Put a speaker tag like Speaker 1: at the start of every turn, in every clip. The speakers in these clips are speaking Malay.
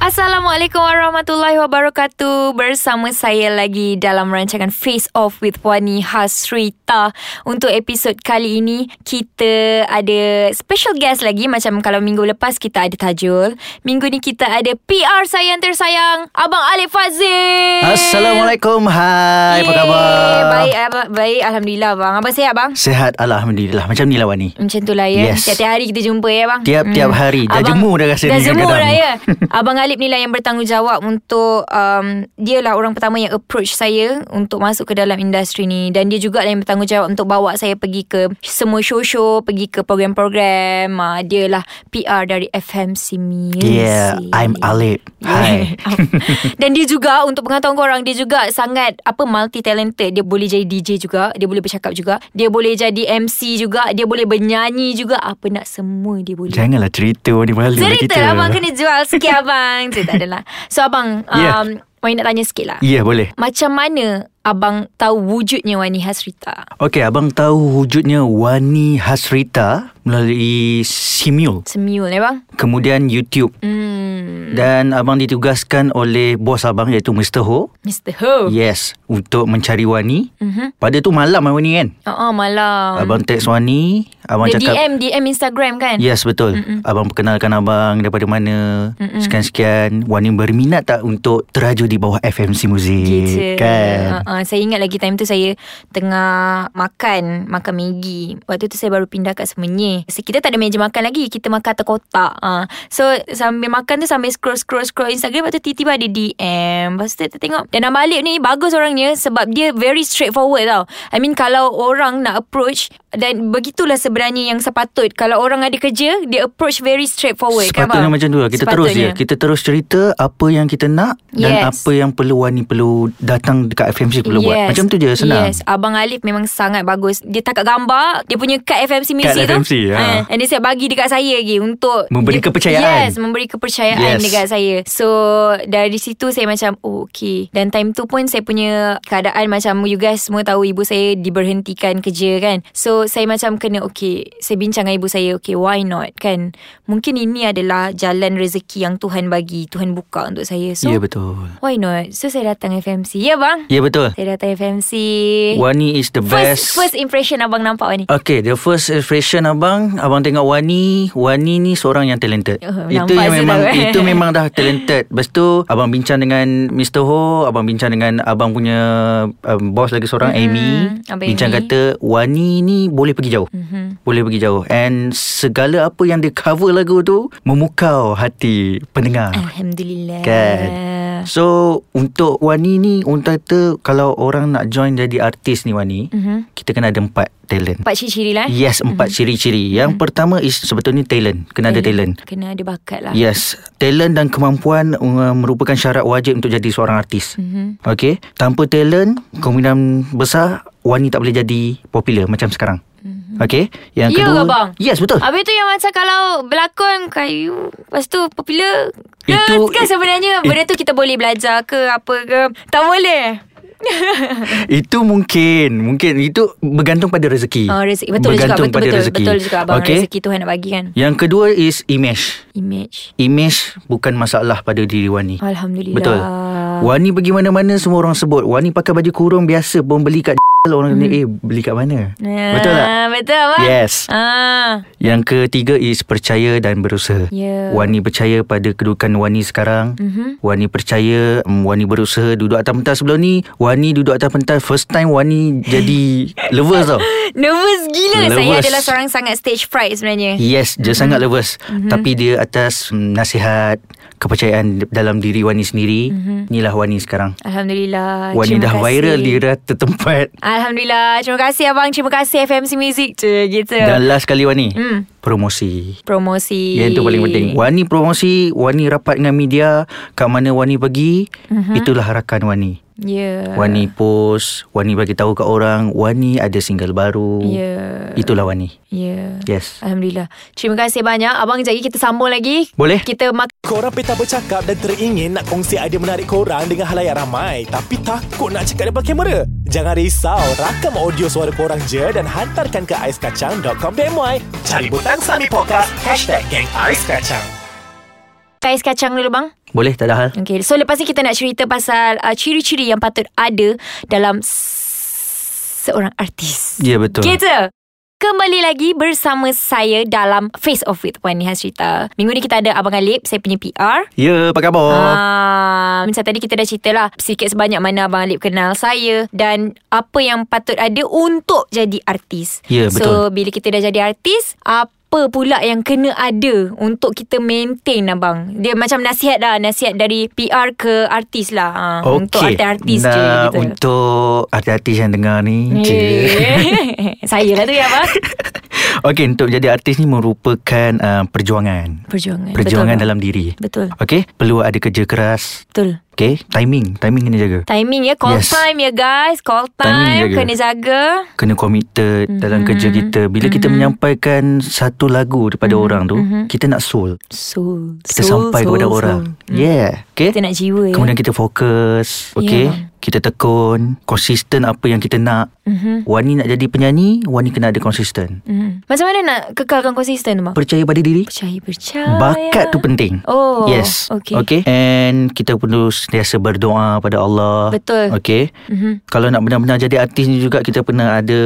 Speaker 1: Assalamualaikum warahmatullahi wabarakatuh Bersama saya lagi dalam rancangan Face Off with Wani Hasrita Untuk episod kali ini Kita ada special guest lagi Macam kalau minggu lepas kita ada Tajul Minggu ni kita ada PR saya yang tersayang Abang Alif Fazil
Speaker 2: Assalamualaikum. Hai, apa
Speaker 1: Yeay.
Speaker 2: khabar?
Speaker 1: Baik, abang, baik Alhamdulillah abang Abang sihat abang?
Speaker 2: Sehat alhamdulillah. Macam ni lah Wani.
Speaker 1: Macam tu lah ya
Speaker 2: Yes.
Speaker 1: Tiap-tiap hari kita jumpa ya bang
Speaker 2: Tiap-tiap hari. Dah jemu dah rasa "Hmm."
Speaker 1: dah
Speaker 2: ni
Speaker 1: jemu
Speaker 2: kadang-kadang.
Speaker 1: dah ya Abang Alip ni lah yang bertanggungjawab Untuk um, Dia lah orang pertama yang approach saya Untuk masuk ke dalam industri ni Dan dia juga lah yang bertanggungjawab Untuk bawa saya pergi ke Semua show-show Pergi ke program-program uh, Dia lah PR dari FMC Music
Speaker 2: Yeah, I'm Alip. Hai.
Speaker 1: Dan dia juga Untuk pengetahuan korang Dia juga sangat Apa multi talented Dia boleh jadi DJ juga Dia boleh bercakap juga Dia boleh jadi MC juga Dia boleh bernyanyi juga Apa nak semua dia boleh
Speaker 2: Janganlah cerita Wani malu lah
Speaker 1: Cerita
Speaker 2: kita.
Speaker 1: kita. abang kena jual sikit abang Cerita adalah So abang um,
Speaker 2: Yeah.
Speaker 1: Wani nak tanya sikit lah
Speaker 2: Ya, yeah, boleh.
Speaker 1: Macam mana abang tahu wujudnya Wani Hasrita
Speaker 2: Okey, abang tahu wujudnya Wani Hasrita melalui Simul.
Speaker 1: Semiul eh bang
Speaker 2: Kemudian YouTube.
Speaker 1: hmm,
Speaker 2: Dan abang ditugaskan oleh bos abang iaitu Mr. Ho.
Speaker 1: Mr. Ho
Speaker 2: Yes, untuk mencari Wani.
Speaker 1: Mhm.
Speaker 2: Pada tu malam lah Wani kan.
Speaker 1: Oh, oh malam
Speaker 2: Abang text Wani. Abang
Speaker 1: Dia
Speaker 2: cakap. Ya,
Speaker 1: DM DM Instagram kan
Speaker 2: Yes betul Mm-mm. Abang perkenalkan abang Daripada mana Mm-mm. Sekian-sekian Wani berminat tak Untuk teraju di bawah FMC Muzik
Speaker 1: Gitu uh,
Speaker 2: Kan
Speaker 1: uh, Saya ingat lagi time tu saya Tengah makan Makan Maggi Waktu tu saya baru pindah kat Semenyih so, Kita tak ada meja makan lagi Kita makan atas kotak uh. So sambil makan tu Sambil scroll-scroll-scroll Instagram Lepas tu tiba-tiba ada DM Lepas tu kita tengok Dan Abang Alip ni Bagus orangnya Sebab dia very straightforward tau I mean kalau orang nak approach Dan begitulah sebenarnya yang sepatut Kalau orang ada kerja Dia approach very straightforward kan,
Speaker 2: Sepatutnya
Speaker 1: Abang?
Speaker 2: macam tu lah Kita terus je
Speaker 1: Sepatutnya.
Speaker 2: Kita terus cerita Apa yang kita nak Dan
Speaker 1: Yes.
Speaker 2: apa yang perlu Wani perlu Datang dekat FMC perlu buat Macam tu je senang
Speaker 1: Yes Abang Alif memang sangat bagus Dia takat gambar Dia punya kad FMC Music tu
Speaker 2: FMC, ha.
Speaker 1: Ah, And dia siap bagi dekat saya lagi Untuk
Speaker 2: Memberi
Speaker 1: dia-
Speaker 2: kepercayaan.
Speaker 1: Yes Memberi kepercayaan
Speaker 2: Yes.
Speaker 1: dekat saya So Dari situ saya macam Oh okay Dan time tu pun Saya punya keadaan Macam you guys semua tahu Ibu saya diberhentikan kerja kan So saya macam kena Okay Saya bincang dengan ibu saya Okay why not kan Mungkin ini adalah Jalan rezeki yang Tuhan bagi Tuhan buka untuk saya So
Speaker 2: Ya betul
Speaker 1: why not So saya datang FMC Ya bang
Speaker 2: Ya betul
Speaker 1: saya datang FMC
Speaker 2: Wani is the
Speaker 1: Eh. First
Speaker 2: best Ah.
Speaker 1: first impression abang nampak ni
Speaker 2: Okay, the first impression abang, abang tengok Wani, Wani ni seorang yang talented.
Speaker 1: Oh,
Speaker 2: itu
Speaker 1: nampak
Speaker 2: yang
Speaker 1: je
Speaker 2: memang
Speaker 1: dah, eh.
Speaker 2: itu memang dah talented. Lepas tu abang bincang dengan Mr. Ho, abang bincang dengan abang punya um, bos lagi seorang
Speaker 1: Mhm,
Speaker 2: Amy,
Speaker 1: Abang
Speaker 2: bincang
Speaker 1: Amy.
Speaker 2: kata Wani ni boleh pergi jauh.
Speaker 1: Mhm.
Speaker 2: Boleh pergi jauh And segala apa yang dia cover lagu tu Memukau hati pendengar
Speaker 1: Eh. Alhamdulillah
Speaker 2: Kan. So untuk Wani ni Untuk kata Kalau orang nak join jadi artis ni Wani
Speaker 1: Mhm.
Speaker 2: Kita kena ada empat talent
Speaker 1: Empat ciri-ciri lah eh
Speaker 2: Yes, empat ciri-ciri.
Speaker 1: Mm-hmm.
Speaker 2: Yang pertama is sebetulnya talent. Kena ada talent. Ya.
Speaker 1: Kena ada bakat lah
Speaker 2: Yes, talent dan kemampuan uh, merupakan syarat wajib untuk jadi seorang artis.
Speaker 1: Mhm.
Speaker 2: Okay, tanpa talent, kemungkinan besar wanita tak boleh jadi popular macam sekarang. Okay, yang
Speaker 1: Ya ke,
Speaker 2: kedua.
Speaker 1: bang?
Speaker 2: Yes, betul.
Speaker 1: Habis tu yang macam kalau berlakon kayu Lepas tu popular
Speaker 2: Itu-
Speaker 1: Kan sebenarnya
Speaker 2: i-
Speaker 1: benda tu kita boleh belajar ke apa ke Tak boleh
Speaker 2: Itu mungkin, mungkin itu bergantung pada rezeki.
Speaker 1: Oh rezeki Betul
Speaker 2: bergantung
Speaker 1: juga
Speaker 2: pada
Speaker 1: betul,
Speaker 2: rezeki.
Speaker 1: betul juga abang
Speaker 2: okay.
Speaker 1: Rezeki Tuhan nak bagi kan
Speaker 2: Yang kedua is image.
Speaker 1: Image
Speaker 2: Image bukan masalah pada diri Wani.
Speaker 1: Alhamdulillah Ah.
Speaker 2: Betul. Wani pergi mana-mana semua orang sebut. Wani pakai baju kurung biasa pun beli kat orang hmm. eh beli kat mana?
Speaker 1: Ah,
Speaker 2: Betul tak?
Speaker 1: Betul abang
Speaker 2: Yes.
Speaker 1: Ah,
Speaker 2: Yang ketiga is percaya dan berusaha.
Speaker 1: Ya.
Speaker 2: Wani percaya pada kedudukan Wani sekarang.
Speaker 1: Mhm.
Speaker 2: Wani percaya, mm, Wani berusaha duduk atas pentas sebelum ni. Wani duduk atas pentas first time Wani jadi lovers tau.
Speaker 1: Nervous gila Saya
Speaker 2: Nervous.
Speaker 1: adalah seorang sangat stage fright sebenarnya
Speaker 2: Yes, dia sangat lovers.
Speaker 1: Mhm.
Speaker 2: Tapi dia atas mm, nasihat, kepercayaan dalam diri Wani sendiri. Inilah Wani sekarang.
Speaker 1: Alhamdulillah
Speaker 2: Wani
Speaker 1: Mhm. terima
Speaker 2: dah
Speaker 1: kasih.
Speaker 2: viral di rata tempat.
Speaker 1: Alhamdulillah Terima kasih abang Terima kasih FMC Music je gitu
Speaker 2: Dan last kali Wani
Speaker 1: Hmm.
Speaker 2: Promosi
Speaker 1: Promosi
Speaker 2: Yang itu paling penting Wani
Speaker 1: Mhm.
Speaker 2: promosi Wani rapat dengan media Kat mana Wani pergi Itulah harakan Wani
Speaker 1: Ya.
Speaker 2: Wani post Wani bagi tahu kat orang Wani ada single baru
Speaker 1: Ya.
Speaker 2: Itulah Wani
Speaker 1: Ya.
Speaker 2: Yes
Speaker 1: Alhamdulillah. Terima kasih banyak. Abang jagi kita sambung lagi.
Speaker 2: Boleh
Speaker 1: Kita mak
Speaker 3: Korang peta bercakap dan teringin nak kongsi idea menarik korang dengan halayak ramai tapi takut nak cakap depan kamera? Jangan risau, rakam audio suara korang je dan hantarkan ke aiskacang.com.my Cari butang Sami Podcast, hashtag Gang Ais Kacang.
Speaker 1: ais kacang dulu bang.
Speaker 2: Boleh tak ada hal
Speaker 1: Okay. So lepas ni kita nak cerita pasal uh, ciri-ciri yang patut ada dalam s- seorang artis.
Speaker 2: Ya betul
Speaker 1: Kita Kembali lagi bersama saya dalam Face Off with Puan Nihas Cerita. Minggu ni kita ada Abang Alip, saya punya PR.
Speaker 2: Ya apa khabar
Speaker 1: Ah, macam tadi kita dah cerita lah Sikit sebanyak mana Abang Alip kenal saya Dan apa yang patut ada untuk jadi artis
Speaker 2: Ya,
Speaker 1: So bila kita dah jadi artis Apa pula yang kena ada untuk kita maintain abang Dia macam nasihat lah Nasihat dari PR ke artis lah ha,
Speaker 2: Okey.
Speaker 1: Untuk artis-artis je
Speaker 2: Nah,
Speaker 1: gitu
Speaker 2: Untuk artis-artis yang dengar ni je.
Speaker 1: Eh, Saya lah tu ya abang
Speaker 2: Okey untuk jadi artis ni merupakan uh, perjuangan
Speaker 1: Perjuangan
Speaker 2: Perjuangan
Speaker 1: Betul,
Speaker 2: dalam diri
Speaker 1: Betul
Speaker 2: Okey Perlu ada kerja keras
Speaker 1: Betul
Speaker 2: Okey Timing Timing kena jaga
Speaker 1: Timing ya Call
Speaker 2: Yes.
Speaker 1: time ya guys Call time
Speaker 2: Timing jaga.
Speaker 1: Kena jaga
Speaker 2: kena committed
Speaker 1: Mhm.
Speaker 2: mm-hmm. dalam kerja kita bila mm-hmm. kita menyampaikan satu lagu daripada
Speaker 1: Mhm.
Speaker 2: mm-hmm. orang tu mm-hmm. kita nak soul
Speaker 1: Soul
Speaker 2: kita
Speaker 1: soul,
Speaker 2: sampai
Speaker 1: soul,
Speaker 2: kepada orang
Speaker 1: soul.
Speaker 2: yeah okay
Speaker 1: Hmm. Kita nak Ya. jiwa ya.
Speaker 2: kemudian kita fokus okay
Speaker 1: Yeah.
Speaker 2: kita tekun konsisten apa yang kita nak
Speaker 1: Mhm.
Speaker 2: mm-hmm. wani nak jadi penyanyi wani kena ada konsisten
Speaker 1: Mm. Macam mana nak kekalkan konsisten tu mak?
Speaker 2: percaya pada diri
Speaker 1: Percaya percaya.
Speaker 2: Bakat tu penting
Speaker 1: Oh,
Speaker 2: Yes
Speaker 1: okay.
Speaker 2: okay And kita perlu Sentiasa berdoa pada Allah
Speaker 1: Betul.
Speaker 2: Okay
Speaker 1: Mhm.
Speaker 2: Kalau nak benar-benar jadi artis ni juga Kita pernah ada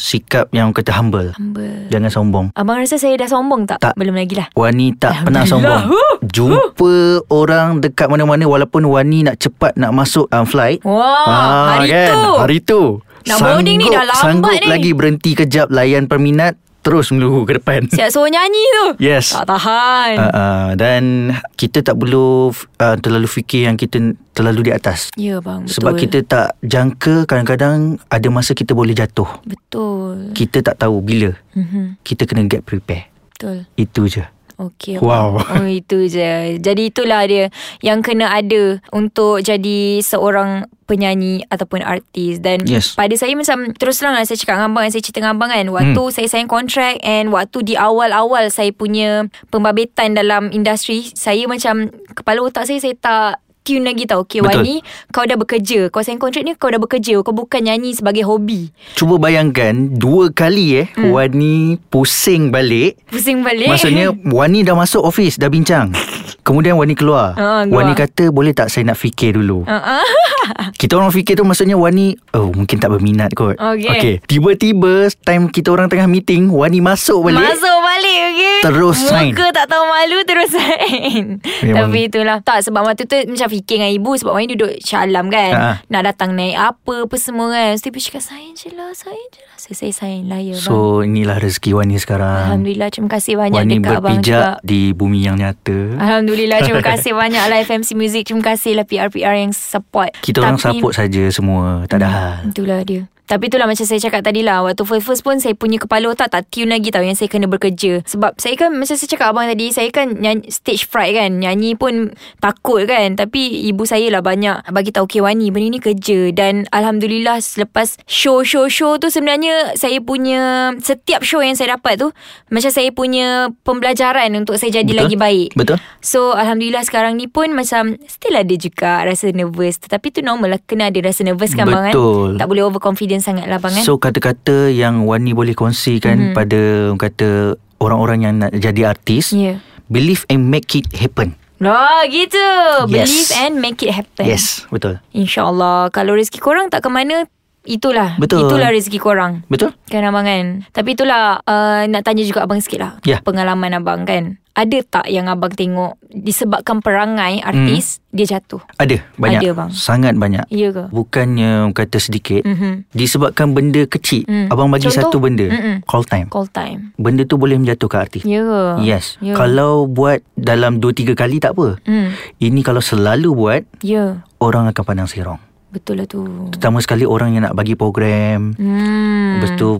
Speaker 2: Sikap yang kata humble
Speaker 1: Humble.
Speaker 2: Jangan sombong
Speaker 1: Abang rasa saya dah sombong tak?
Speaker 2: Tak.
Speaker 1: Belum lagi lah.
Speaker 2: Wani tak pernah
Speaker 1: Alhamdulillah.
Speaker 2: sombong
Speaker 1: Huh.
Speaker 2: Jumpa orang dekat mana-mana Walaupun Wani nak cepat nak masuk um, flight
Speaker 1: Wah, hari
Speaker 2: kan?
Speaker 1: tu.
Speaker 2: Hari tu
Speaker 1: Nak boarding ni dah lambat
Speaker 2: Sanggup
Speaker 1: ni.
Speaker 2: lagi berhenti kejap Layan peminat Terus meluru ke depan
Speaker 1: Siap suruh nyanyi tu.
Speaker 2: Yes
Speaker 1: Tak tahan.
Speaker 2: Uh, uh, dan kita tak perlu uh, terlalu fikir yang kita terlalu di atas
Speaker 1: ya bang, betul.
Speaker 2: sebab kita tak jangka kadang-kadang ada masa kita boleh jatuh
Speaker 1: Betul.
Speaker 2: kita tak tahu bila
Speaker 1: Mhm,
Speaker 2: kita kena get prepare
Speaker 1: Betul.
Speaker 2: itu je
Speaker 1: Okey.
Speaker 2: Wow.
Speaker 1: Oh itu je. Jadi itulah dia yang kena ada untuk jadi seorang penyanyi ataupun artis dan
Speaker 2: Yes.
Speaker 1: pada saya macam terus terang lah saya cakap dengan abang saya cerita dengan abang kan waktu hmm. saya sign contract and waktu di awal-awal saya punya pembabitan dalam industri saya macam kepala otak saya saya tak tune lagi tau Okay
Speaker 2: Betul.
Speaker 1: Wani Kau dah bekerja Kau sign contract ni Kau dah bekerja Kau bukan nyanyi sebagai hobi
Speaker 2: Cuba bayangkan Dua kali eh hmm. Wani pusing balik
Speaker 1: Pusing balik
Speaker 2: Maksudnya
Speaker 1: eh.
Speaker 2: Wani dah masuk office Dah bincang Kemudian Wani keluar
Speaker 1: Ah, keluar.
Speaker 2: Wani kata Boleh tak saya nak fikir dulu
Speaker 1: uh-uh.
Speaker 2: Kita orang fikir tu Maksudnya Wani Oh mungkin tak berminat kot
Speaker 1: Okey.
Speaker 2: okay. Tiba-tiba Time kita orang tengah meeting Wani masuk balik
Speaker 1: Masuk balik okay?
Speaker 2: Terus
Speaker 1: Muka
Speaker 2: sign.
Speaker 1: Muka tak tahu malu Terus sign
Speaker 2: Memang.
Speaker 1: Tapi itulah Tak sebab waktu tu Macam fikir dengan ibu Sebab Wani duduk Syalam kan
Speaker 2: Ha.
Speaker 1: Nak datang naik apa Apa semua kan Lepas tu ibu cakap Sign je lah Sign je lah Saya, saya sign lah ya bang.
Speaker 2: So inilah rezeki Wani sekarang
Speaker 1: Alhamdulillah Terima kasih banyak
Speaker 2: Wani
Speaker 1: Dekat abang juga Ah,
Speaker 2: berpijak Di bumi yang nyata
Speaker 1: Alhamdulillah Terima kasih banyak lah FMC Music Terima kasih lah PR-PR yang support
Speaker 2: Kita orang
Speaker 1: Tapi-
Speaker 2: support saja semua Tak ada hal
Speaker 1: Itulah dia tapi itulah macam saya cakap tadi lah Waktu first-first pun Saya punya kepala otak tak tune lagi tau Yang saya kena bekerja Sebab saya kan Macam saya cakap abang tadi Saya kan nyanyi, stage fright kan Nyanyi pun takut kan Tapi ibu saya lah banyak Bagi tahu okay Wani Benda ni kerja Dan Alhamdulillah Selepas show-show-show tu Sebenarnya saya punya Setiap show yang saya dapat tu Macam saya punya Pembelajaran untuk saya jadi
Speaker 2: Betul.
Speaker 1: lagi baik
Speaker 2: Betul
Speaker 1: So Alhamdulillah sekarang ni pun Macam still ada juga Rasa nervous Tetapi tu normal lah Kena ada rasa nervous kan bang kan
Speaker 2: Betul.
Speaker 1: Tak boleh overconfident sangat lah bang kan
Speaker 2: So kata-kata yang Wani boleh
Speaker 1: Mhm.
Speaker 2: kongsikan mm-hmm. pada orang kata orang-orang yang nak jadi artis,
Speaker 1: Yeah
Speaker 2: believe and make it happen.
Speaker 1: Oh Ya. gitu
Speaker 2: Yes.
Speaker 1: Believe and make it happen
Speaker 2: Yes, betul.
Speaker 1: InsyaAllah Kalau rezeki korang tak ke mana Itulah
Speaker 2: Betul.
Speaker 1: Itulah rezeki korang
Speaker 2: Betul?
Speaker 1: Kan abang kan Tapi itulah uh, Nak tanya juga abang sikit lah
Speaker 2: Ya.
Speaker 1: Pengalaman abang kan Ada tak yang abang tengok Disebabkan perangai
Speaker 2: Hmm.
Speaker 1: artis Dia jatuh
Speaker 2: Ada banyak.
Speaker 1: Ada, bang.
Speaker 2: Sangat banyak.
Speaker 1: Iya ke?
Speaker 2: Bukannya kata sedikit.
Speaker 1: Mhm.
Speaker 2: Disebabkan benda kecil.
Speaker 1: Mm.
Speaker 2: Abang bagi
Speaker 1: Contoh?
Speaker 2: satu benda.
Speaker 1: Mm-mm.
Speaker 2: Call time.
Speaker 1: Call time
Speaker 2: Benda tu boleh menjatuhkan artis.
Speaker 1: Ya ke?
Speaker 2: Yes.
Speaker 1: Ya.
Speaker 2: Kalau buat dalam 2 3 kali tak apa.
Speaker 1: Hmm.
Speaker 2: Ini kalau selalu buat,
Speaker 1: Ya
Speaker 2: orang akan pandang serong.
Speaker 1: Betul lah tu
Speaker 2: Pertama sekali orang yang nak bagi program,
Speaker 1: Hmm.
Speaker 2: Lepas tu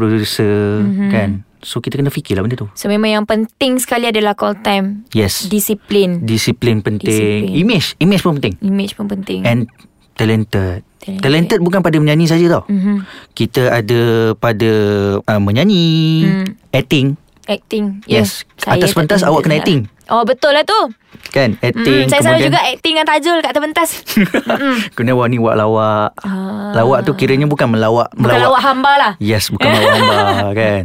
Speaker 2: producer-producer
Speaker 1: Mhm.
Speaker 2: mm-hmm. kan. So kita kena fikirlah benda tu.
Speaker 1: So memang yang penting sekali adalah call time.
Speaker 2: Yes.
Speaker 1: Disiplin.
Speaker 2: Disiplin penting.
Speaker 1: Disiplin.
Speaker 2: Image, image pun penting.
Speaker 1: Image pun penting.
Speaker 2: Hmm. And
Speaker 1: Talented.
Speaker 2: talented. Talented, talented bukan pada menyanyi saja tau. Mm-hmm. Kita ada pada uh, menyanyi,
Speaker 1: Mm.
Speaker 2: mm. acting,
Speaker 1: Acting Ya,
Speaker 2: Yes. Atas
Speaker 1: tak
Speaker 2: pentas
Speaker 1: tahu
Speaker 2: awak
Speaker 1: juga.
Speaker 2: kena acting.
Speaker 1: Oh betul lah tu
Speaker 2: kan? Acting.
Speaker 1: mm, Saya selalu
Speaker 2: kemudian-
Speaker 1: juga acting dengan Tajul Kat atas pentas Mm-mm.
Speaker 2: Kena wah ni wak lawak.
Speaker 1: Ah.
Speaker 2: Lawak tu kiranya bukan melawak.
Speaker 1: Bukan
Speaker 2: melawak.
Speaker 1: lawak hamba lah
Speaker 2: Yes, bukan lawak hamba kan.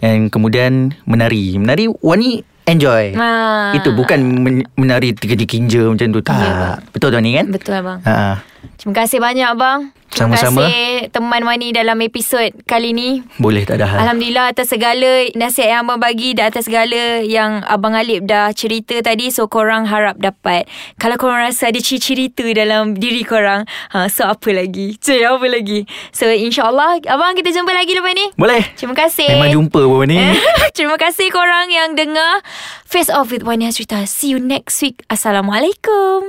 Speaker 2: And kemudian menari. Menari Wani enjoy.
Speaker 1: Ah.
Speaker 2: Itu bukan men- menari tiga dikinja macam tu. Tak. Betul tu ni
Speaker 1: Ya.
Speaker 2: kan?
Speaker 1: Betul abang
Speaker 2: Ha.
Speaker 1: Terima kasih banyak abang Terima
Speaker 2: Sama-sama.
Speaker 1: kasih teman Wani dalam episod kali ni
Speaker 2: Boleh tak ada hal.
Speaker 1: Alhamdulillah atas segala nasihat yang abang bagi dan atas segala yang abang Alip dah cerita tadi so korang harap dapat kalau korang rasa ada ciri-ciri tu dalam diri korang ha, so apa lagi cuy apa lagi so insyaAllah abang kita jumpa lagi lepas ni
Speaker 2: Boleh.
Speaker 1: Terima kasih
Speaker 2: Memang jumpa pun ni.
Speaker 1: Terima kasih korang yang dengar Face Off with Wani Hasrita See you next week Assalamualaikum